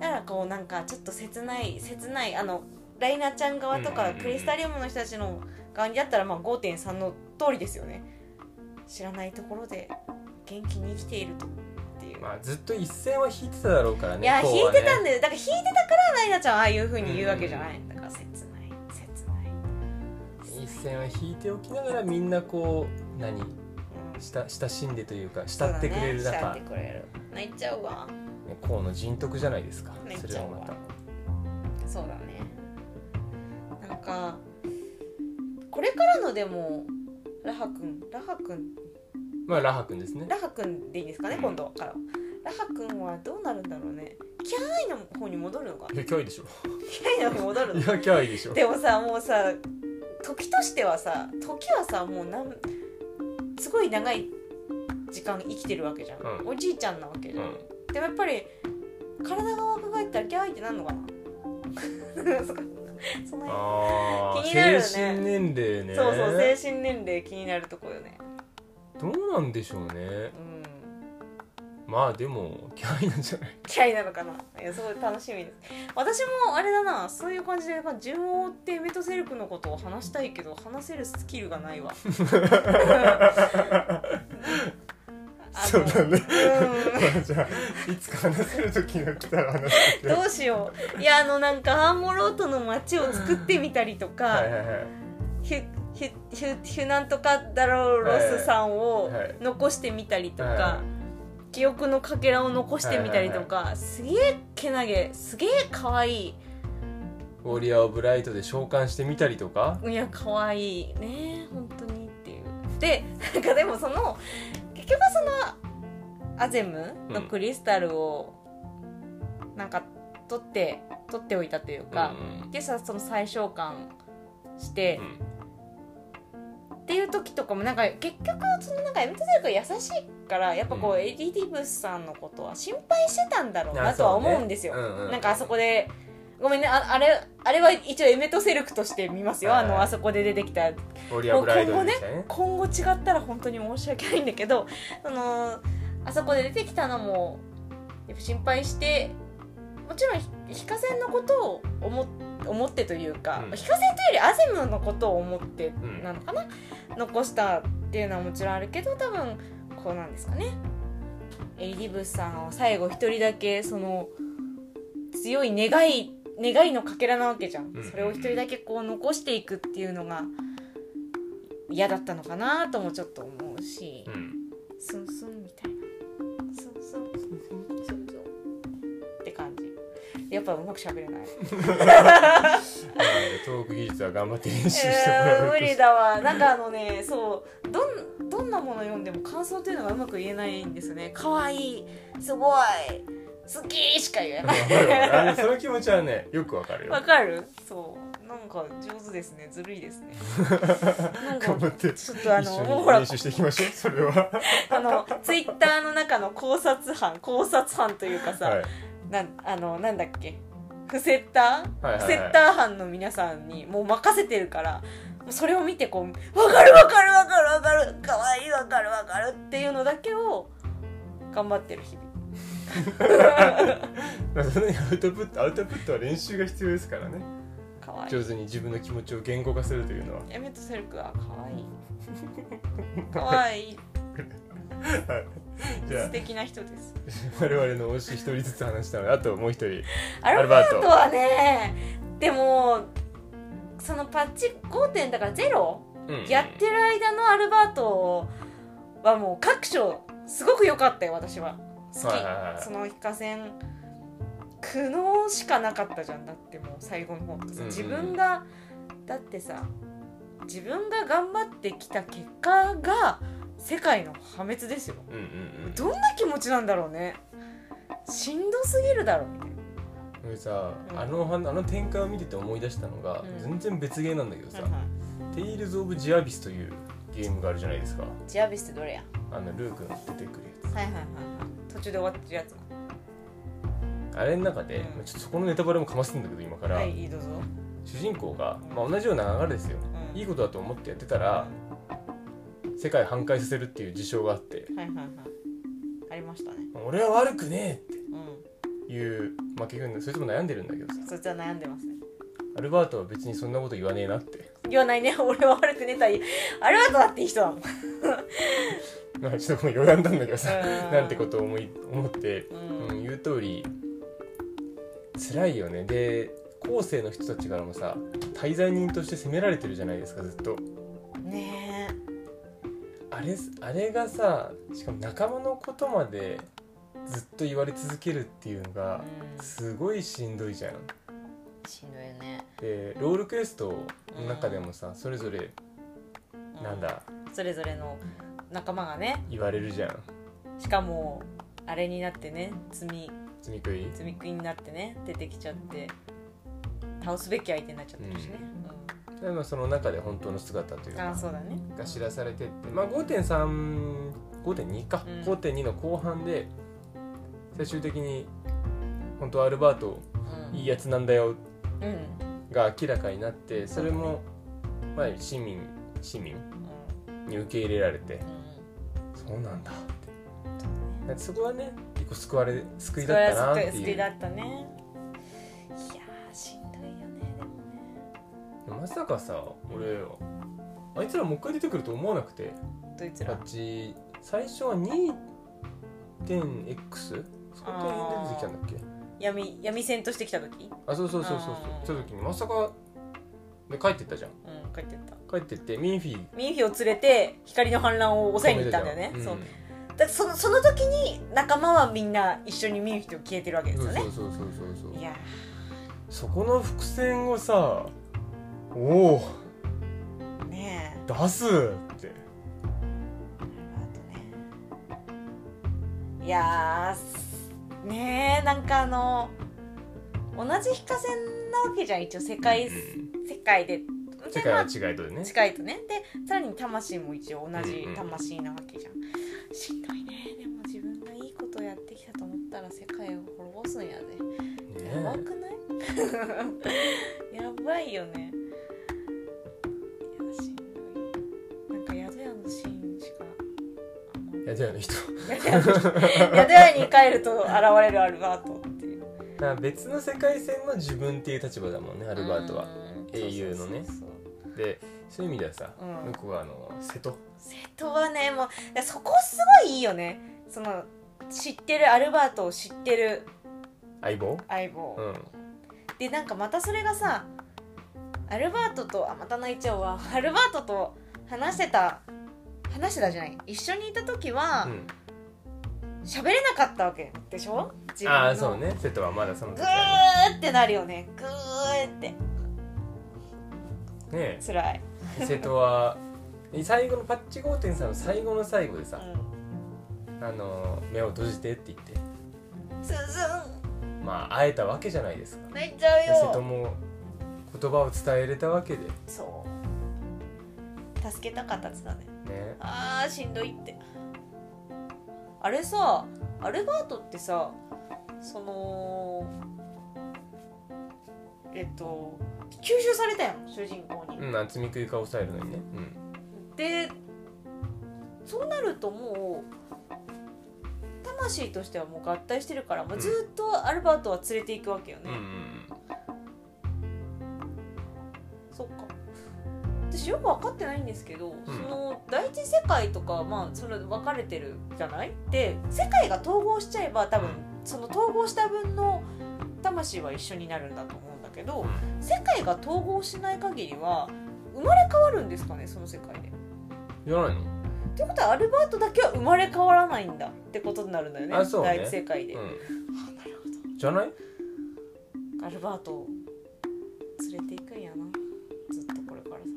Speaker 1: だからこうなんかちょっと切ない切ないあのライナちゃん側と
Speaker 2: うんう
Speaker 1: か
Speaker 2: んうん
Speaker 1: クリスタリウムの人たちの側にだったらまあ5.3の通りですよね知らないところで元気に生きているとっていう、
Speaker 2: まあずっと一線は引いてただろうからね
Speaker 1: いや
Speaker 2: こう
Speaker 1: 引い
Speaker 2: はね
Speaker 1: てたんだよだから引いてたからライナちゃんはああいうふうに言うわけじゃない、
Speaker 2: う
Speaker 1: だから切ない切ない
Speaker 2: 一線は引いておきながらみんなこう何
Speaker 1: うん
Speaker 2: 親親しんでというか
Speaker 1: そう
Speaker 2: 慕
Speaker 1: だ
Speaker 2: ってくれ
Speaker 1: ね
Speaker 2: る中、
Speaker 1: 慕ってくれる泣いちゃうわ
Speaker 2: ねこうの人徳じゃないですか
Speaker 1: めっ
Speaker 2: そ
Speaker 1: ち
Speaker 2: れ
Speaker 1: ゃ
Speaker 2: は
Speaker 1: う
Speaker 2: ま
Speaker 1: わ
Speaker 2: た
Speaker 1: そうだねなんかこれからのでもラハ君ラハ君
Speaker 2: まあラハ君ですね
Speaker 1: ラハ君でいいですかね
Speaker 2: うん
Speaker 1: 今度からラハ君はどうなるんだろうねキャーイの方に戻るのか
Speaker 2: いやキャイでしょ
Speaker 1: キャーイの方に戻る
Speaker 2: い
Speaker 1: の
Speaker 2: やキャイでしょ
Speaker 1: でもさもうさ時としてはさ時はさもうなんすごい長い時間生きてるわけじゃん、
Speaker 2: うん
Speaker 1: おじいちゃんなわけじ
Speaker 2: う
Speaker 1: ゃん、
Speaker 2: ん
Speaker 1: でもやっぱり体が若返ったらキャーイってなるのかな そこその辺
Speaker 2: あー
Speaker 1: 気になるよね
Speaker 2: 精神年齢ね
Speaker 1: そうそう精神年齢気になるとこよね
Speaker 2: どうなんでしょうね
Speaker 1: うん
Speaker 2: まあでもキャイなんじゃない
Speaker 1: 嫌いなのかないやすごい楽しみです私もあれだなそういう感じでやっぱ順を追ってメトセルクのことを話したいけど話せるスキルがない わあの
Speaker 2: そうだね
Speaker 1: うん
Speaker 2: まあじゃあいつか話せる時が来たら話してくれ
Speaker 1: どうしよういやあのなんかハーモロートの街を作ってみたりとか、
Speaker 2: はいはいはい
Speaker 1: ヒュヒュヒュヒュなんとかだろうロスさんを
Speaker 2: はい
Speaker 1: 残してみたりとか、
Speaker 2: は
Speaker 1: 記憶のかけらを残してみたりとか、すげえけなげすげえかわいい
Speaker 2: ウォリアー・オブ・ライトで召喚してみたりとか
Speaker 1: いや可愛いね本当にっていうでなんかでもその結局そのアゼムのクリスタルをなんか取って取っておいたというか、でさその再召喚して、っていう時とかもなんか結局そのなんかエミトゼルが優しいからやっぱこう、
Speaker 2: うん
Speaker 1: エディティブスさんのことは心配してたんだろうなとは思うんですよ。なんかあそこ
Speaker 2: で
Speaker 1: でごめんねああれあれは一応エメトセルクとして見ますよ、
Speaker 2: はい
Speaker 1: あのあそこで出てきた
Speaker 2: ウォリアー・オブ・ライトでしたね
Speaker 1: 今後違ったら本当に申し訳ないんだけどそのあそこで出てきたのもやっぱ心配してもちろんひ非課線のことを思っ思ってというか、
Speaker 2: うん
Speaker 1: 非課線というよりアゼムのことを思って
Speaker 2: うん
Speaker 1: なのかな、残したっていうのはもちろんあるけど多分こうなんですかねエリディブスさんを最後一人だけその強い願い願いのかけらなわけじゃん、
Speaker 2: うん
Speaker 1: それを一人だけこう残していくっていうのが嫌だったのかなともちょっと思うし、
Speaker 2: うん
Speaker 1: スンスンみたいなスンスンスンスンって感じやっぱうまく喋れ ない
Speaker 2: まあトーク技術は頑張って練習しても
Speaker 1: え
Speaker 2: ら
Speaker 1: ー、
Speaker 2: うと
Speaker 1: 無
Speaker 2: し
Speaker 1: 理
Speaker 2: て
Speaker 1: だわなんかあのねそうどんどんなもの読んでも感想というのがうまく言えないんですよね可愛いすごい好きしか言え
Speaker 2: わ
Speaker 1: な
Speaker 2: かるわかるあの
Speaker 1: い
Speaker 2: その気持ちはねよくわかるよ
Speaker 1: わかるそうなんか上手ですねずるいです ねなんか
Speaker 2: 頑張って
Speaker 1: ちょっとあ
Speaker 2: 一緒
Speaker 1: の
Speaker 2: に
Speaker 1: もうほら
Speaker 2: 練習していきましょうそれは
Speaker 1: あのツイッターの中の考察班考察班というかさ、
Speaker 2: はい
Speaker 1: なんあのなんだっけフセッター、
Speaker 2: はいはいはい
Speaker 1: フセッター班の皆さんにもう任せてるからもうそれを見てこう「わかるわかるわかるわかるかわいいわかるわかる」っていうのだけを頑張ってる日々
Speaker 2: まあそのアウトプットアウトプットは練習が必要ですからね
Speaker 1: かわいい
Speaker 2: 上手に自分の気持ちを言語化するというのは
Speaker 1: エメットセルクはかわ いいかわいい
Speaker 2: じゃ
Speaker 1: 素敵な人です
Speaker 2: あ我々の推し一人ずつ話したのであともう一人
Speaker 1: アル
Speaker 2: アル
Speaker 1: バ
Speaker 2: バ
Speaker 1: ー
Speaker 2: ー
Speaker 1: ト
Speaker 2: ト
Speaker 1: はねでもそのパッチ5点だからゼロ
Speaker 2: うん
Speaker 1: やってる間のアルバートはもう各所すごく良かったよ私は好
Speaker 2: はいはいはい
Speaker 1: きその非課線苦悩しかなかったじゃんだってもう最後の方とかさ
Speaker 2: うんうん
Speaker 1: 自分がだってさ自分が頑張ってきた結果が世界の破滅ですよ
Speaker 2: うんうん
Speaker 1: どんな気持ちなんだろうねしんどすぎるだろうみたい
Speaker 2: うん俺さ
Speaker 1: うん
Speaker 2: あのはあの展開を見てて思い出したのが、
Speaker 1: うん
Speaker 2: 全然別ゲーなんだけどさ
Speaker 1: な、
Speaker 2: 「テイルズ・オブ・ジアビス」というゲームがあるじゃないですか
Speaker 1: ジアビスってどれや
Speaker 2: あのルークが出てくるや
Speaker 3: はいはいはい
Speaker 1: 途中で終わってるやつ
Speaker 2: つあれの中で、
Speaker 1: うん
Speaker 2: まあちょっとそこのネタバレもかますんだけど今から、
Speaker 1: はいいいどうぞ、
Speaker 2: 主人公が、まあ、同じような流れですよ
Speaker 1: うん
Speaker 2: いいことだと思ってやってたら世界反壊させるっていう事象があって
Speaker 1: はいはいはいありましたね
Speaker 2: 「俺は悪くねえ!」
Speaker 1: う
Speaker 2: っていう、まあ、結局そいつも悩んでるんだけどさ
Speaker 1: んそいつは悩んでますね
Speaker 2: アルバートは別にそんなこと言わねえなって
Speaker 1: 言わないね 俺は悪くねえとは言いアルバートだっていい人だもん
Speaker 2: まあちょっともう余談なんだけどさ
Speaker 1: うん
Speaker 2: なんてことを思い思って、
Speaker 1: うん
Speaker 2: うん、言う通り辛いよねで後世の人たちからもさ滞在人として責められてるじゃないですかずっと
Speaker 1: ね
Speaker 2: あれあれがさしかも仲間のことまでずっと言われ続けるっていうの
Speaker 1: え
Speaker 2: がすごいしんどいじゃん
Speaker 1: しんどいよね
Speaker 2: でロールクエストの中でもさそれぞれ
Speaker 1: う
Speaker 2: なんだ
Speaker 1: それぞれの仲間がね
Speaker 2: 言われるじゃん
Speaker 1: しかもあれになってね罪
Speaker 2: 罪食い
Speaker 1: 罪食いになってね出てきちゃって倒すべき相手になっちゃってるしね、
Speaker 2: でもその中で本当の姿という
Speaker 1: うんあ
Speaker 2: か
Speaker 1: そうだね
Speaker 2: が知らされてって、まあ、5.35.2か、
Speaker 1: うん
Speaker 2: 5.2の後半で最終的に本当はアルバート
Speaker 1: うん
Speaker 2: いいやつなんだよ
Speaker 1: うん、うん
Speaker 2: が明らかになってそれも、まあ、市民市民に受け入れられてそうなんだってだってそこはね結構救われ救いだったなって
Speaker 1: 救い
Speaker 2: いう
Speaker 1: だったねいやーしんどいよねでもね
Speaker 2: まさかさ俺あいつらもう一回出てくると思わなくて
Speaker 1: どいつ
Speaker 2: あ
Speaker 1: ら
Speaker 2: っち最初は 2.x そこら辺で出てきたんだっけ
Speaker 1: 闇闇戦としてきた時
Speaker 2: あそうそうそうそうそう
Speaker 1: あー
Speaker 2: 来た時にまさかで帰ってったじゃん
Speaker 1: うん帰ってった
Speaker 2: 帰ってってミンフィー
Speaker 1: ミンフィを連れて光の反乱を抑えに行ったんだよね
Speaker 2: 止めてた
Speaker 1: そう
Speaker 2: うん
Speaker 1: だからそのその時に仲間はみんな一緒にミンフィと消えてるわけですよね
Speaker 2: そうそうそうそうそうそう
Speaker 1: いや
Speaker 2: そこの伏線をさおお
Speaker 1: ーね
Speaker 2: 出すっ
Speaker 1: え
Speaker 2: て
Speaker 1: いやーねえなんかあの同じ非課線なわけじゃん一応世界、
Speaker 2: うん
Speaker 1: 世界で
Speaker 2: 世界は違いとでね
Speaker 1: 近いとねでさらに魂も一応同じ
Speaker 2: うんうん
Speaker 1: 魂なわけじゃん、しんどいねでも自分がいいことをやってきたと思ったら世界を滅ぼすんやでやば
Speaker 2: ね
Speaker 1: くない やばいよねいやしんどいなんか宿屋のシーンしかあんま
Speaker 2: やだよね人
Speaker 1: 宿屋に帰ると現れるアルバートっていう
Speaker 2: だから別の世界線の自分っていう立場だもんねア
Speaker 1: ア
Speaker 2: ルバートは英雄のね
Speaker 1: そうそうそう
Speaker 2: でそういう意味ではさ
Speaker 1: うん
Speaker 2: 向こうはあの瀬戸
Speaker 1: 瀬戸はねもういやそこすごいいいよねその知ってるアルバートを知ってる
Speaker 2: 相棒
Speaker 1: 相棒、
Speaker 2: うん
Speaker 1: でなんかまたそれがさアルバートとあまた泣いちゃうわアルバートと話してた話してたじゃない一緒にいた時は喋、れなかったわけでしょ自
Speaker 2: う
Speaker 1: 分
Speaker 2: ん
Speaker 1: の
Speaker 2: ああそうね瀬戸はまだその
Speaker 1: グ
Speaker 2: 時は
Speaker 1: ーってなるよねグーって
Speaker 2: ねねえ
Speaker 1: 辛い、
Speaker 2: 瀬戸は最後のパッチ5.3の最後の最後で
Speaker 1: う
Speaker 2: さ
Speaker 1: ん、
Speaker 2: 「あの目を閉じて」って言って
Speaker 1: ズンズ
Speaker 2: まあ会えたわけじゃないですか
Speaker 1: ン泣いちゃ
Speaker 2: で瀬
Speaker 1: う
Speaker 2: 戸
Speaker 1: よ
Speaker 2: も言葉を伝えれたわけで
Speaker 1: そう助けた形だね
Speaker 2: ね
Speaker 1: あーしんどいってあれさアルバートってさそのえっと吸収されたやん主人公に、
Speaker 2: うん厚み食い顔スタイルのにね
Speaker 1: でそうなるともう魂としてはもう合体してるからもうずっとアルバートは連れていくわけよね
Speaker 2: うん、うんうん
Speaker 1: そっか私よく分かってないんですけど、その第一世界とかまあそれ分かれてるじゃないで世界が統合しちゃえば多分その統合した分の魂は一緒になるんだと思うんだけど
Speaker 2: うん
Speaker 1: 世界が統合しない限りは生まれ変わるんですかねその世界で。
Speaker 2: じゃな
Speaker 1: っ
Speaker 2: いの
Speaker 1: てことはアルバートだけは生まれ変わらないんだってことになるんだよね
Speaker 2: あそうね
Speaker 1: 第一世界で、あなる
Speaker 2: うんじゃない
Speaker 1: ほどアルバートを連れていくんやなずっとこれから先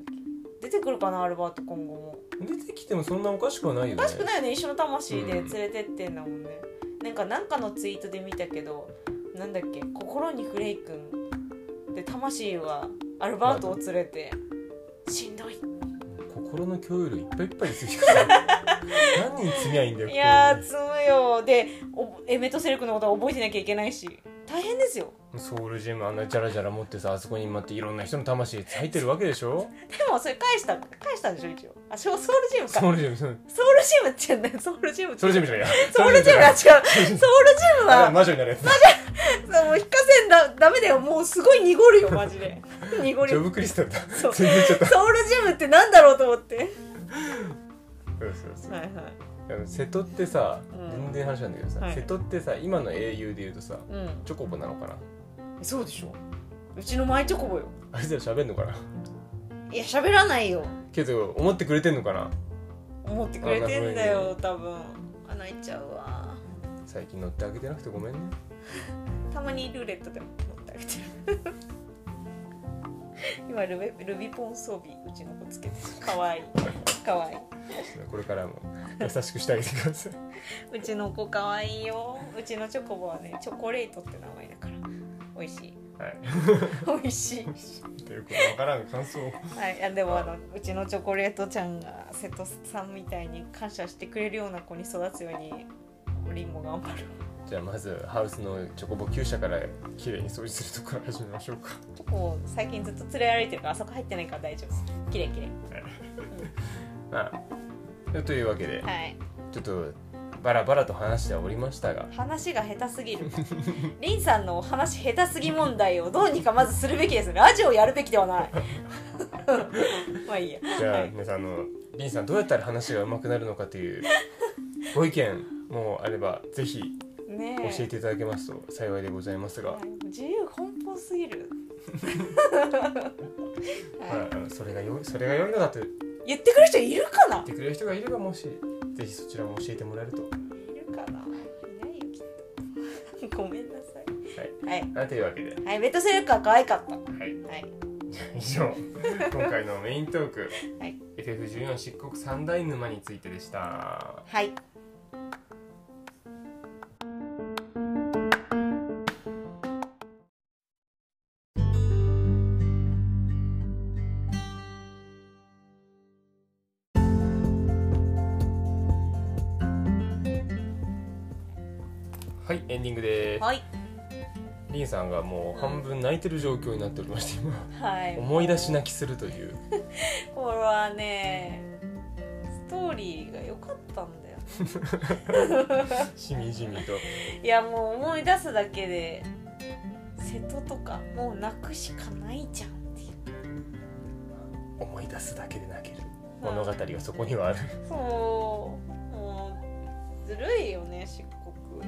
Speaker 1: 出てくるかなアルバート今後も
Speaker 2: 出てきてもそんなおかしくはない
Speaker 1: お
Speaker 2: よね
Speaker 1: かしくないよね一緒の魂で連れてってんだもんね、なんかなんかのツイートで見たけどなんだっけ心にフレイ君で魂はアルバートを連れてしんどい
Speaker 2: 心の共有量いっぱいいっぱいですよ 何人積みゃいいんだよ
Speaker 1: いやー積むよでおエメトセルクのことは覚えてなきゃいけないし大変ですよ
Speaker 2: ソウルジェムあんなジャラジャラ持ってさあそこに待っていろんな人の魂入ってるわけでしょ
Speaker 1: でもそれ返した返したんでしょ一応あそうソウルジムか
Speaker 2: ソウルジェムソウル
Speaker 1: ソウルジムって言うんだよソウル ジムって
Speaker 2: ソウルジェムじゃないや
Speaker 1: ソウルジムは違うソウルジム
Speaker 2: あれ
Speaker 1: は
Speaker 2: 魔女になるやつ
Speaker 1: もう引かせんだダメだよもうすごい濁るよマジで濁
Speaker 2: ジョ
Speaker 1: る
Speaker 2: ブクリスタルだ
Speaker 1: そう
Speaker 2: 全然ちょっと
Speaker 1: ソウルジムってなんだろうと思ってはい
Speaker 2: そうそうそう
Speaker 1: はい
Speaker 2: あの瀬戸ってさ
Speaker 1: うん
Speaker 2: 全然話なんだけどさ、
Speaker 1: はい
Speaker 2: 瀬戸ってさ今の英雄で言うとさ
Speaker 1: うん
Speaker 2: チョコボなのかな
Speaker 1: そうでしょうちのマイチョコボよ
Speaker 2: あいつら喋んのかない
Speaker 1: や喋らないよ
Speaker 2: けど思ってくれてんのかな
Speaker 1: 思ってくれてんだよ
Speaker 2: あ
Speaker 1: 多分あ泣いちゃうわ
Speaker 2: 最近乗ってあげてなくてごめんね
Speaker 1: たまにルーレットでも持ってあげてる 今ルベルビポン装備うちの子つけてるかわいいかわいい
Speaker 2: これからも優しくしてあげてください
Speaker 1: うちの子かわいいようちのチョコボはねチョコレートって名前だから美味しい
Speaker 2: はい
Speaker 1: 美味しい
Speaker 2: ということわからん感想を
Speaker 1: はいいやでもあのうちのチョコレートちゃんが瀬戸さんみたいに感謝してくれるような子に育つようにリンゴ頑張る
Speaker 2: じゃあまずハウスのチョコボ厩舎から綺麗に掃除するとこから始めましょうか
Speaker 1: チョコボ最近ずっと連れ歩いてるからあそこ入ってないから大丈夫きれいきれい
Speaker 2: まあというわけで、
Speaker 1: はい
Speaker 2: ちょっとバラバラと話してはおりましたが
Speaker 1: 話が下手すぎ るリンさんのお話下手すぎ問題をどうにかまずするべきですラジオやるべきではないまあいいや
Speaker 2: じゃあ、
Speaker 1: はい
Speaker 2: 皆さんあのリンさんどうやったら話が上手くなるのかというご意見もあればぜひ
Speaker 1: ねえ
Speaker 2: 教えていただけますと幸いでございますが、
Speaker 1: は
Speaker 2: はい
Speaker 1: い自由奔放すぎ る、は
Speaker 2: あのそれがよいそれが良いのだと言っ
Speaker 1: い、言ってくる人いるかな
Speaker 2: てくれる人がいればもしぜひそちらも教えてもらえると、はい
Speaker 1: るかないないよきっとごめんなさいはい、
Speaker 2: い、あというわけで、は、
Speaker 1: はい、ベッドセルクは可愛かったはいい
Speaker 2: 以上今回のメイントーク、
Speaker 1: はい
Speaker 2: FF14 漆黒三大沼についてでした。
Speaker 1: はい
Speaker 2: はいエンディングです、
Speaker 1: はい、
Speaker 2: リンさんがもう半分泣いてる状況になっておりまして今
Speaker 1: はい、
Speaker 2: 思い出し泣きするという
Speaker 1: これはねストーリーが良かったんだよ
Speaker 2: しみじみと
Speaker 1: いやもう思い出すだけで瀬戸とかもう泣くしかないじゃんっていう
Speaker 2: 思い出すだけで泣ける物語がそこにはある
Speaker 1: そうもうずるいよね漆黒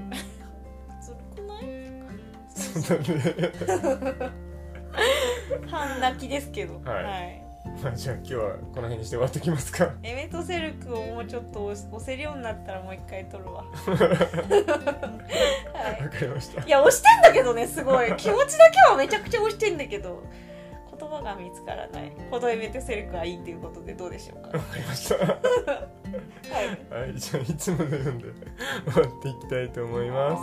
Speaker 1: ずるくない
Speaker 2: そうだね
Speaker 1: 半泣きですけど
Speaker 2: はいま あじゃあ今日はこの辺にして終わってきますか
Speaker 1: エメトセルクをもうちょっと押押せるようになったらもう一回取る わ、は
Speaker 2: わかりました
Speaker 1: い、いや押してんだけどねすごい気持ちだけはめちゃくちゃ押してんだけど言葉が見つからないほどエメトセルクはいいっていうことでどうでし ょうか
Speaker 2: わかりましたは
Speaker 1: はい
Speaker 2: いじゃあいつものように終わっていきたいと思いま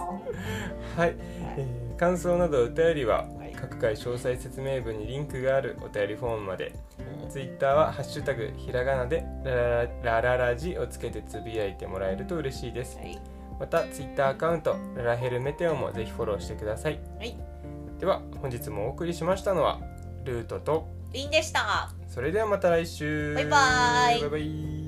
Speaker 2: すはい、えー感想などお便りは
Speaker 1: はい
Speaker 2: 各回詳細説明文にリンクがあるお便りフォームまでツイッターは「ハッシュタグひらがな」で「ララララララジ」をつけてつぶやいてもらえると嬉しいです
Speaker 1: はい
Speaker 2: またツイッターアカウント「ララヘルメテオ」もぜひフォローしてください、
Speaker 1: はい
Speaker 2: では本日もお送りしましたのはルートと
Speaker 1: リンでした
Speaker 2: それではまた来週
Speaker 1: バイバイ
Speaker 2: バイバイ